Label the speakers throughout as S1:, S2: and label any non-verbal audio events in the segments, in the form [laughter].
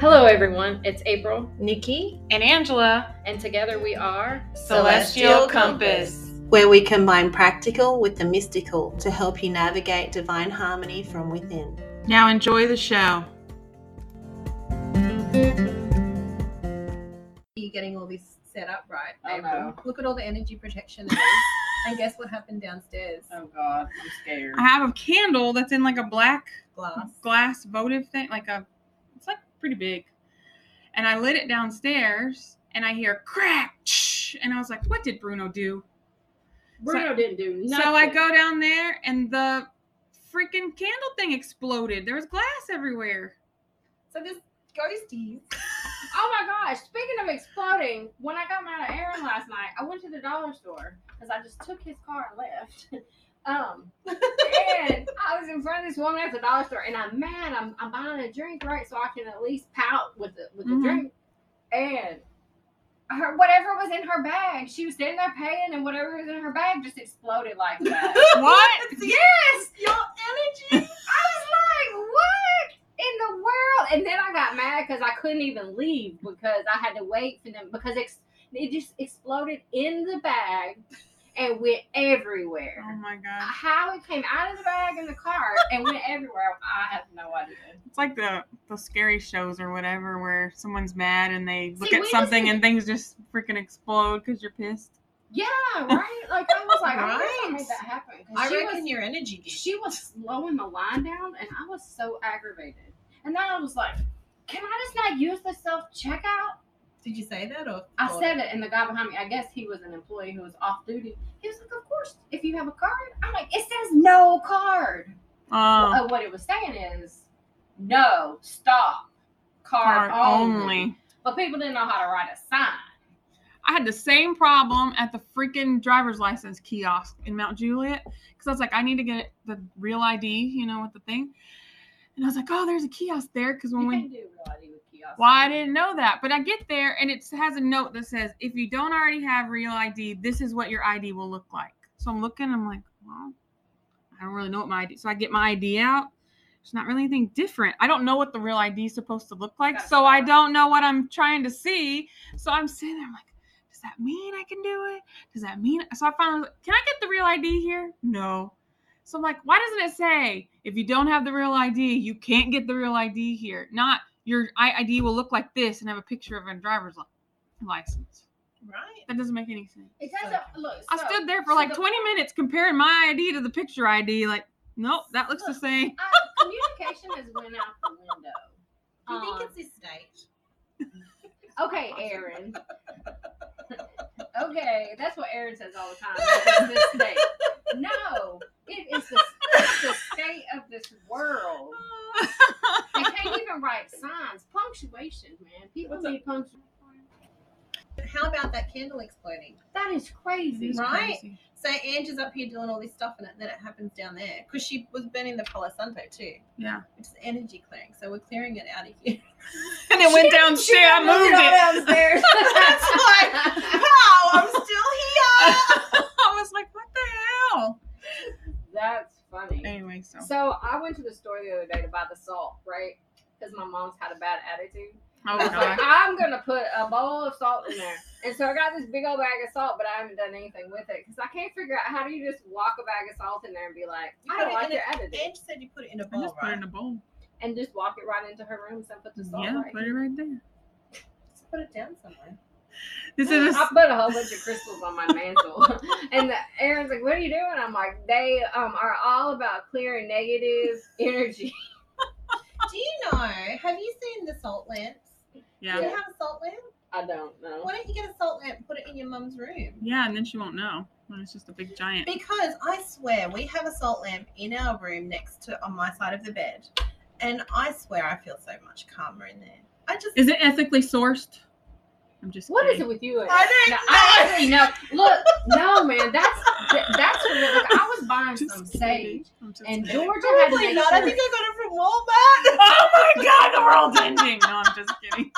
S1: Hello, everyone. It's April,
S2: Nikki,
S3: and Angela,
S1: and together we are
S3: Celestial Compass.
S2: where we combine practical with the mystical to help you navigate divine harmony from within.
S3: Now enjoy the show.
S4: you getting all this set up right,
S5: I
S4: April.
S5: know.
S4: Look at all the energy protection there is. and guess what happened downstairs?
S5: Oh God, I'm scared.
S3: I have a candle that's in like a black
S4: Glass.
S3: glass votive thing, like a, it's like pretty big. And I lit it downstairs and I hear crack, shh, and I was like, what did Bruno do?
S1: Bruno didn't do nothing.
S3: So I go down there and the freaking candle thing exploded. There was glass
S1: [laughs]
S3: everywhere.
S4: So this ghosties.
S1: Oh my gosh! Speaking of exploding, when I got mine at Aaron last night, I went to the dollar store because I just took his car and left. [laughs] Um, and I was in front of this woman at the dollar store, and I'm mad. I'm, I'm buying a drink, right, so I can at least pout with the with the
S3: Mhm.
S1: drink. And her whatever was in her bag, she was standing there paying, and whatever was in her bag just exploded like that.
S3: [laughs] What?
S1: yes, your energy. I was like, what in the world? And then I got mad because I couldn't even leave because I had to wait for them because ex- it just exploded in the bag and went
S3: Oh
S1: everywhere.
S3: my god.
S1: How it came out of the bag in the car and went everywhere, I have no idea.
S3: It's like the the scary shows or whatever where someone's mad and they look
S1: See,
S3: at
S1: we
S3: something
S1: just-
S3: and things just freaking explode because you're pissed.
S1: Yeah, right. [laughs] Like I was like, I wish I
S4: Right.
S1: made that happen. 'Cause
S4: I
S1: she
S4: reckon
S1: was-
S4: your energy gauge.
S1: she was slowing the line down and I was so aggravated. And then I was like, can I just not use the self checkout?
S4: Did you say that or?
S1: I said it, and the guy behind me, I guess he was an employee who was off duty. He was like, Of course, if you have a card. I'm like, It says no card.
S3: Oh,
S1: Uh, what it was saying is, No, stop,
S3: card
S1: card, only.
S3: only.
S1: But people didn't know how to write a sign.
S3: I had the same problem at the freaking driver's license kiosk in Mount Juliet because I was like, I need to get the real ID, you know, with the thing. And I was like, oh, there's a kiosk there because when
S1: You
S3: we
S1: [laughs] can't do real ID with kiosks.
S3: Well, I didn't know that, but I get there and it has a note that says, if you don't already have real ID, this is what your ID will look like. So I'm looking, I'm like, well, I don't really know what my ID. So I get my ID out. There's not really anything different. I don't know what the real ID is supposed to look like,
S1: That's
S3: so I
S1: right.
S3: don't know what I'm trying to see. So I'm sitting there, I'm like, does that mean I can do it? Does that mean? So I finally, was like, can I get the real ID here? No. So I'm like, why doesn't it say if you don't have the real ID, you can't get the real ID here? Not your I- ID will look like this and have a picture of a driver's li- license.
S4: Right.
S3: That doesn't make any sense.
S1: It doesn't look.
S3: I
S1: so-
S3: stood there for
S1: so
S3: like
S1: the-
S3: 20 minutes comparing my ID to the picture ID. Like, nope, that looks the same.
S1: I, communication has went out the window.
S4: Do you
S1: Um,
S4: think it's this stage?
S1: Okay, Aaron. okay, that's what Aaron says all the time. It's this state. No, it is the, it's the state of this world. They can't even write signs. Punctuation, man. People
S5: What's up?
S1: need punctuation.
S4: How about that candle exploding?
S1: That is crazy.
S4: Right. So Ange is up here doing all this stuff, and then it happens down there because she was burning the Palo Santo too,
S3: Yeah.
S4: which is energy clearing. So we're clearing it out of here.
S3: [laughs] And it went downstairs. I moved it.
S4: [laughs]
S1: downstairs.
S4: wow, I'm still here.
S3: [laughs] I was like, what the hell?
S1: That's funny.
S3: Anyway, so. oh,
S1: So I went to the store the other day to buy the salt, right? Because my mom's had a bad attitude.
S3: Oh,
S1: I was
S3: God.
S1: like, I'm gonna put a bowl of salt in there. And so I got this big old bag of salt, but I haven't done anything with it because I can't figure out how do you just walk a bag of salt in there and be like,
S4: You
S1: I
S4: put
S1: don't
S4: it
S1: like
S4: in
S1: your
S4: a-
S1: attitude,
S4: Ange said you put it in a
S3: I
S4: bowl,
S3: just put it in a bowl.
S1: and just walk it right into her room and put the salt
S3: Yeah,
S1: right.
S3: put it right there.
S4: Just put it down somewhere.
S3: This is a
S1: I put a whole bunch of crystals on my mantle, [laughs] and the, Aaron's like, "What are you doing?" I'm like, "They um, are all about clearing negative energy." [laughs]
S4: Do you know? Have you seen the salt lamps? Do
S3: Yeah.
S4: you have a salt lamp?
S1: I don't know.
S4: Why don't you get a salt lamp and put it in your mum's room?
S3: Yeah, and then she won't know. When it's just a big giant.
S4: Because I swear we have a salt lamp in our room next to on my side of the bed, and I swear I feel so much calmer in there. I just
S3: Is it ethically sourced? I'm just
S1: What is
S3: kidding.
S1: it with you? Aaron?
S4: I don't
S1: No,
S4: know.
S1: I actually know. Look, no, man, that's that- that's for real. Like, I was buying
S3: Just
S1: some
S3: kidding.
S1: sage,
S3: [laughs] I'm just
S1: and
S3: kidding.
S1: Georgia had to
S4: Probably
S1: make
S4: not. I
S1: sure-
S4: think I got it from Walmart.
S3: [laughs] Oh my god, the world's ending. No, I'm just kidding.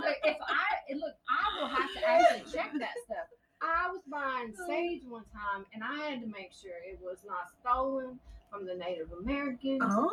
S1: Look, if I look, I will have to actually check that stuff. I was buying
S4: Uh-huh.
S1: sage one time, and I had to make sure it was not Mm-hmm. stolen from the Native Americans and all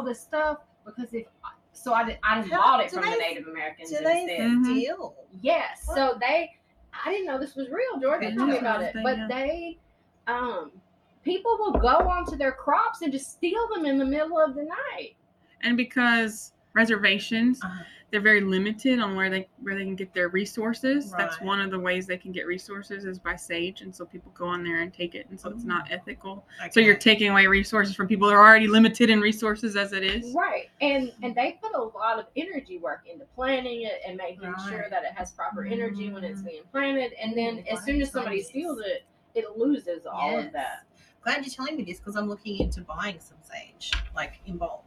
S4: Oh,
S1: the stuff because if So I, did, I just
S4: How-
S1: bought it
S4: do
S1: from the
S4: they-
S1: Native Americans
S4: Do
S1: instead.
S4: they
S3: Mhm.
S4: steal?
S1: Yes.
S4: What?
S1: So they, I didn't know this was real. Jordan
S4: Okay,
S1: told me
S4: that's what
S1: about
S3: I
S1: it.
S3: was
S1: But they, um, people will go onto their crops and just steal them in the middle of the night.
S3: and because reservations
S4: Uh-huh.
S3: they're very limited on where they where they can get their resources that's
S4: Right.
S3: one of the ways they can get resources is by sage and so people go on there and take it and so it's not ethical so you're
S4: Okay.
S3: taking away resources from people that are already limited in resources as it is
S1: Right. And
S4: Mm-hmm.
S1: and they put a lot of energy work into planning it and making sure
S4: Right.
S1: that it has proper energy when it's
S4: Mm.
S1: being planted. And then
S4: Mm,
S1: as soon as
S4: right.
S1: somebody steals it, it loses all
S4: Yes.
S1: of that.
S4: Glad you're telling me this because I'm looking into buying some sage, like in bulk.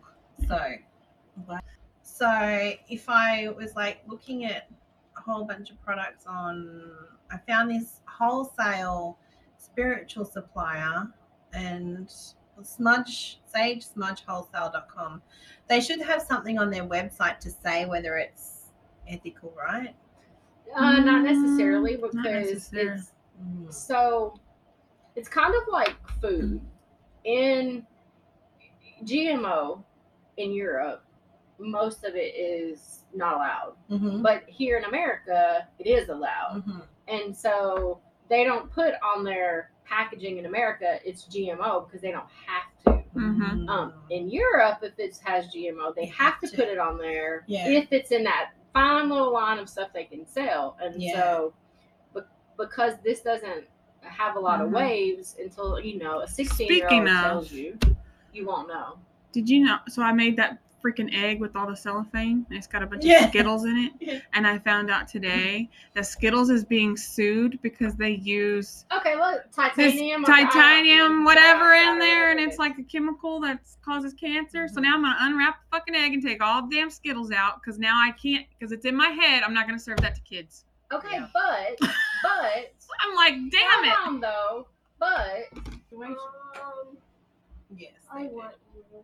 S4: So, I'm glad- so if I was like looking at a whole bunch of products on, I found this wholesale spiritual supplier and smudge sage smudgewholesale.com. They should have something on their website to say whether it's ethical, right?
S1: Uh, not
S4: Mm-hmm.
S3: Mm,
S1: necessarily because
S3: necessarily.
S1: it's Mm. So it's kind of like
S4: Mm-hmm.
S1: food in GMO in Europe. Most of it is not allowed,
S4: Mm-hmm.
S1: but here in America, it is allowed.
S4: Mm-hmm.
S1: And so they don't put on their packaging in America it's GMO because they don't have to.
S3: Mhm.
S1: Um, in Europe, if it has GMO, they
S4: You
S1: have
S4: have
S1: to
S4: to.
S1: put it on there
S4: Yeah.
S1: if it's in that fine little line of stuff they can sell. And
S4: Yeah.
S1: so, but because this doesn't have a lot
S3: Mhm.
S1: of waves until you know a sixteen-year-old
S3: Speaking of-
S1: tells you, you won't know.
S3: Did you know? So I made that freaking egg with all the cellophane, and it's got a bunch
S4: Yeah.
S3: of Skittles in
S4: [laughs] Yeah.
S3: it. And I found out today that Skittles is being sued because they use
S1: Okay, look, titanium, or
S3: titanium,
S1: dioxin,
S3: whatever,
S1: dioxide,
S3: in
S1: or
S3: there, and
S1: whatever it
S3: it's
S1: is.
S3: like a chemical that causes cancer. So now I'm gonna unwrap the fucking egg and take all the damn Skittles out because now I can't because it's in my head. I'm not gonna serve that to kids.
S1: okay,
S4: Yeah.
S3: [laughs]
S1: but but
S3: I'm like, damn it.
S1: hold on though, but
S5: Um,
S4: Yes.
S5: I
S4: they do.
S5: want you.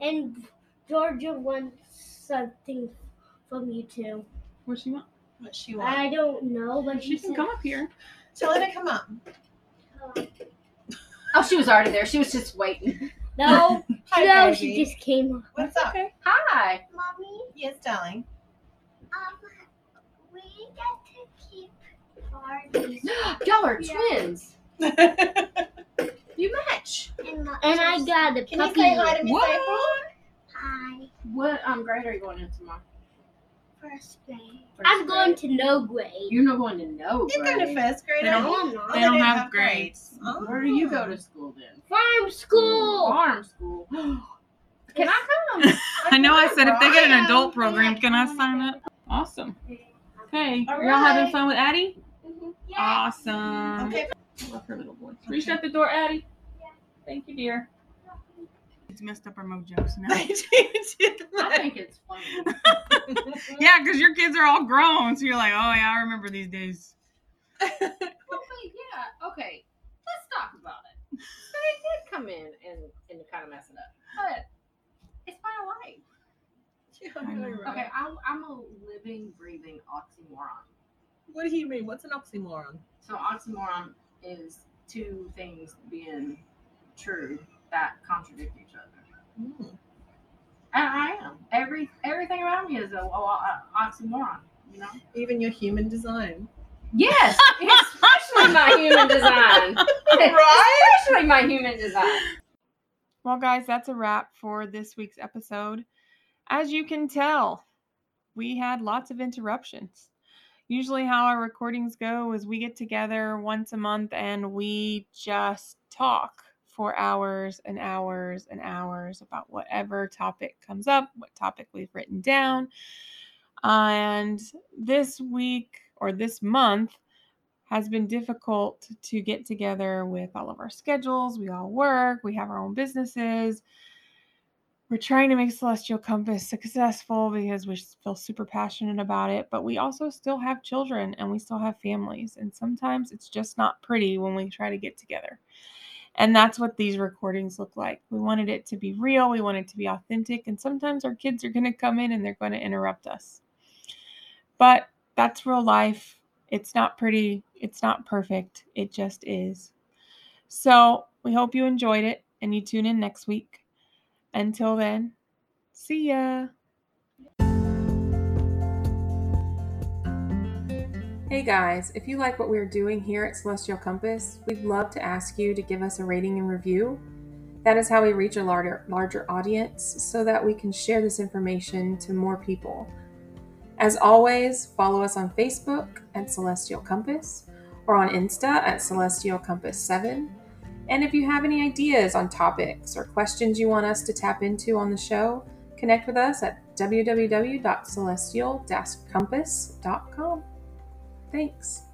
S5: And Georgia wants something from you too.
S3: What she want?
S4: What she wants.
S5: I don't know, but
S3: She can
S5: said- uh,
S3: come up here.
S4: Tell her to come up.
S1: oh, she was already there. She was just waiting. [laughs]
S5: No,
S4: Hi,
S5: no,
S4: baby.
S5: she just came. up.
S4: What's up?
S1: Hi. [gasps]
S6: Mommy,
S4: Yes, darling.
S6: um, we get to keep Barbies
S1: Y'all are
S6: Yeah.
S1: twins.
S4: Can
S1: You match.
S6: and not
S5: And I
S6: just
S5: got a
S4: you
S5: puppy.
S4: say hi to Miss
S3: What?
S4: April?
S6: pie
S1: What um grade are you going into tomorrow?
S6: first grade.
S1: First
S5: I'm going
S1: grade?
S5: to no grade.
S1: You're not going to know.
S4: You're going to
S1: grade.
S4: first grade.
S3: They
S4: aren't
S3: don't-
S4: you?
S5: No,
S4: Oh,
S5: I'm not.
S3: they don't have grades.
S4: Oh.
S1: Where do you go to school then?
S5: Farm school.
S1: Farm school. Can I come?
S3: I know I said if they get an
S4: Brian.
S3: adult program, can I sign up? Awesome. Okay. Y'all having
S4: right.
S3: fun with Addie?
S6: Mm-hmm. Yeah.
S3: Awesome.
S4: Okay.
S3: Love her little voice.
S4: Will you
S3: [laughs]
S4: shut
S3: the door, Addie?
S6: Yeah.
S3: Thank you, dear. It's messed up our mojos now.
S4: [laughs]
S1: I think it's funny.
S3: yeah, because your kids are all grown, so you're like, oh yeah, I remember these days.
S1: Well, Oh, wait, yeah. Okay. Let's talk about it. They did come in and, and kind of mess it up. But it's my life. Okay, I'm, I'm a living, breathing oxymoron.
S4: What do you mean? What's an oxymoron?
S1: So, oxymoron is two things being true that contradict each other.
S4: Mm.
S1: And I am. Every Everything around me is a, a, a oxymoron, you know?
S4: Even your human design.
S1: Yes, especially my human design.
S4: Right?
S1: Especially my human design.
S3: Well, guys, that's a wrap for this week's episode. As you can tell, we had lots of interruptions. Usually, how our recordings go is we get together once a month and we just talk for hours and hours and hours about whatever topic comes up, what topic we've written down. And this week or this month has been difficult to get together with all of our schedules. We all work, we have our own businesses. We're trying to make Celestial Compass successful because we feel super passionate about it, but we also still have children and we still have families. And sometimes it's just not pretty when we try to get together. And that's what these recordings look like. We wanted it to be real, we wanted it to be authentic, and sometimes our kids are going to come in and they're going to interrupt us. But that's real life. It's not pretty, it's not perfect, it just is. So we hope you enjoyed it and you tune in next week. Until then, see ya.
S7: Hey guys, if you like what we're doing here at Celestial Compass, we'd love to ask you to give us a rating and review. That is how we reach a larger, larger audience so that we can share this information to more people. As always, follow us on Facebook at Celestial Compass or on Insta at Celestial Compass 7. And if you have any ideas on topics or questions you want us to tap into on the show, connect with us at www.celestial-compass.com. Thanks.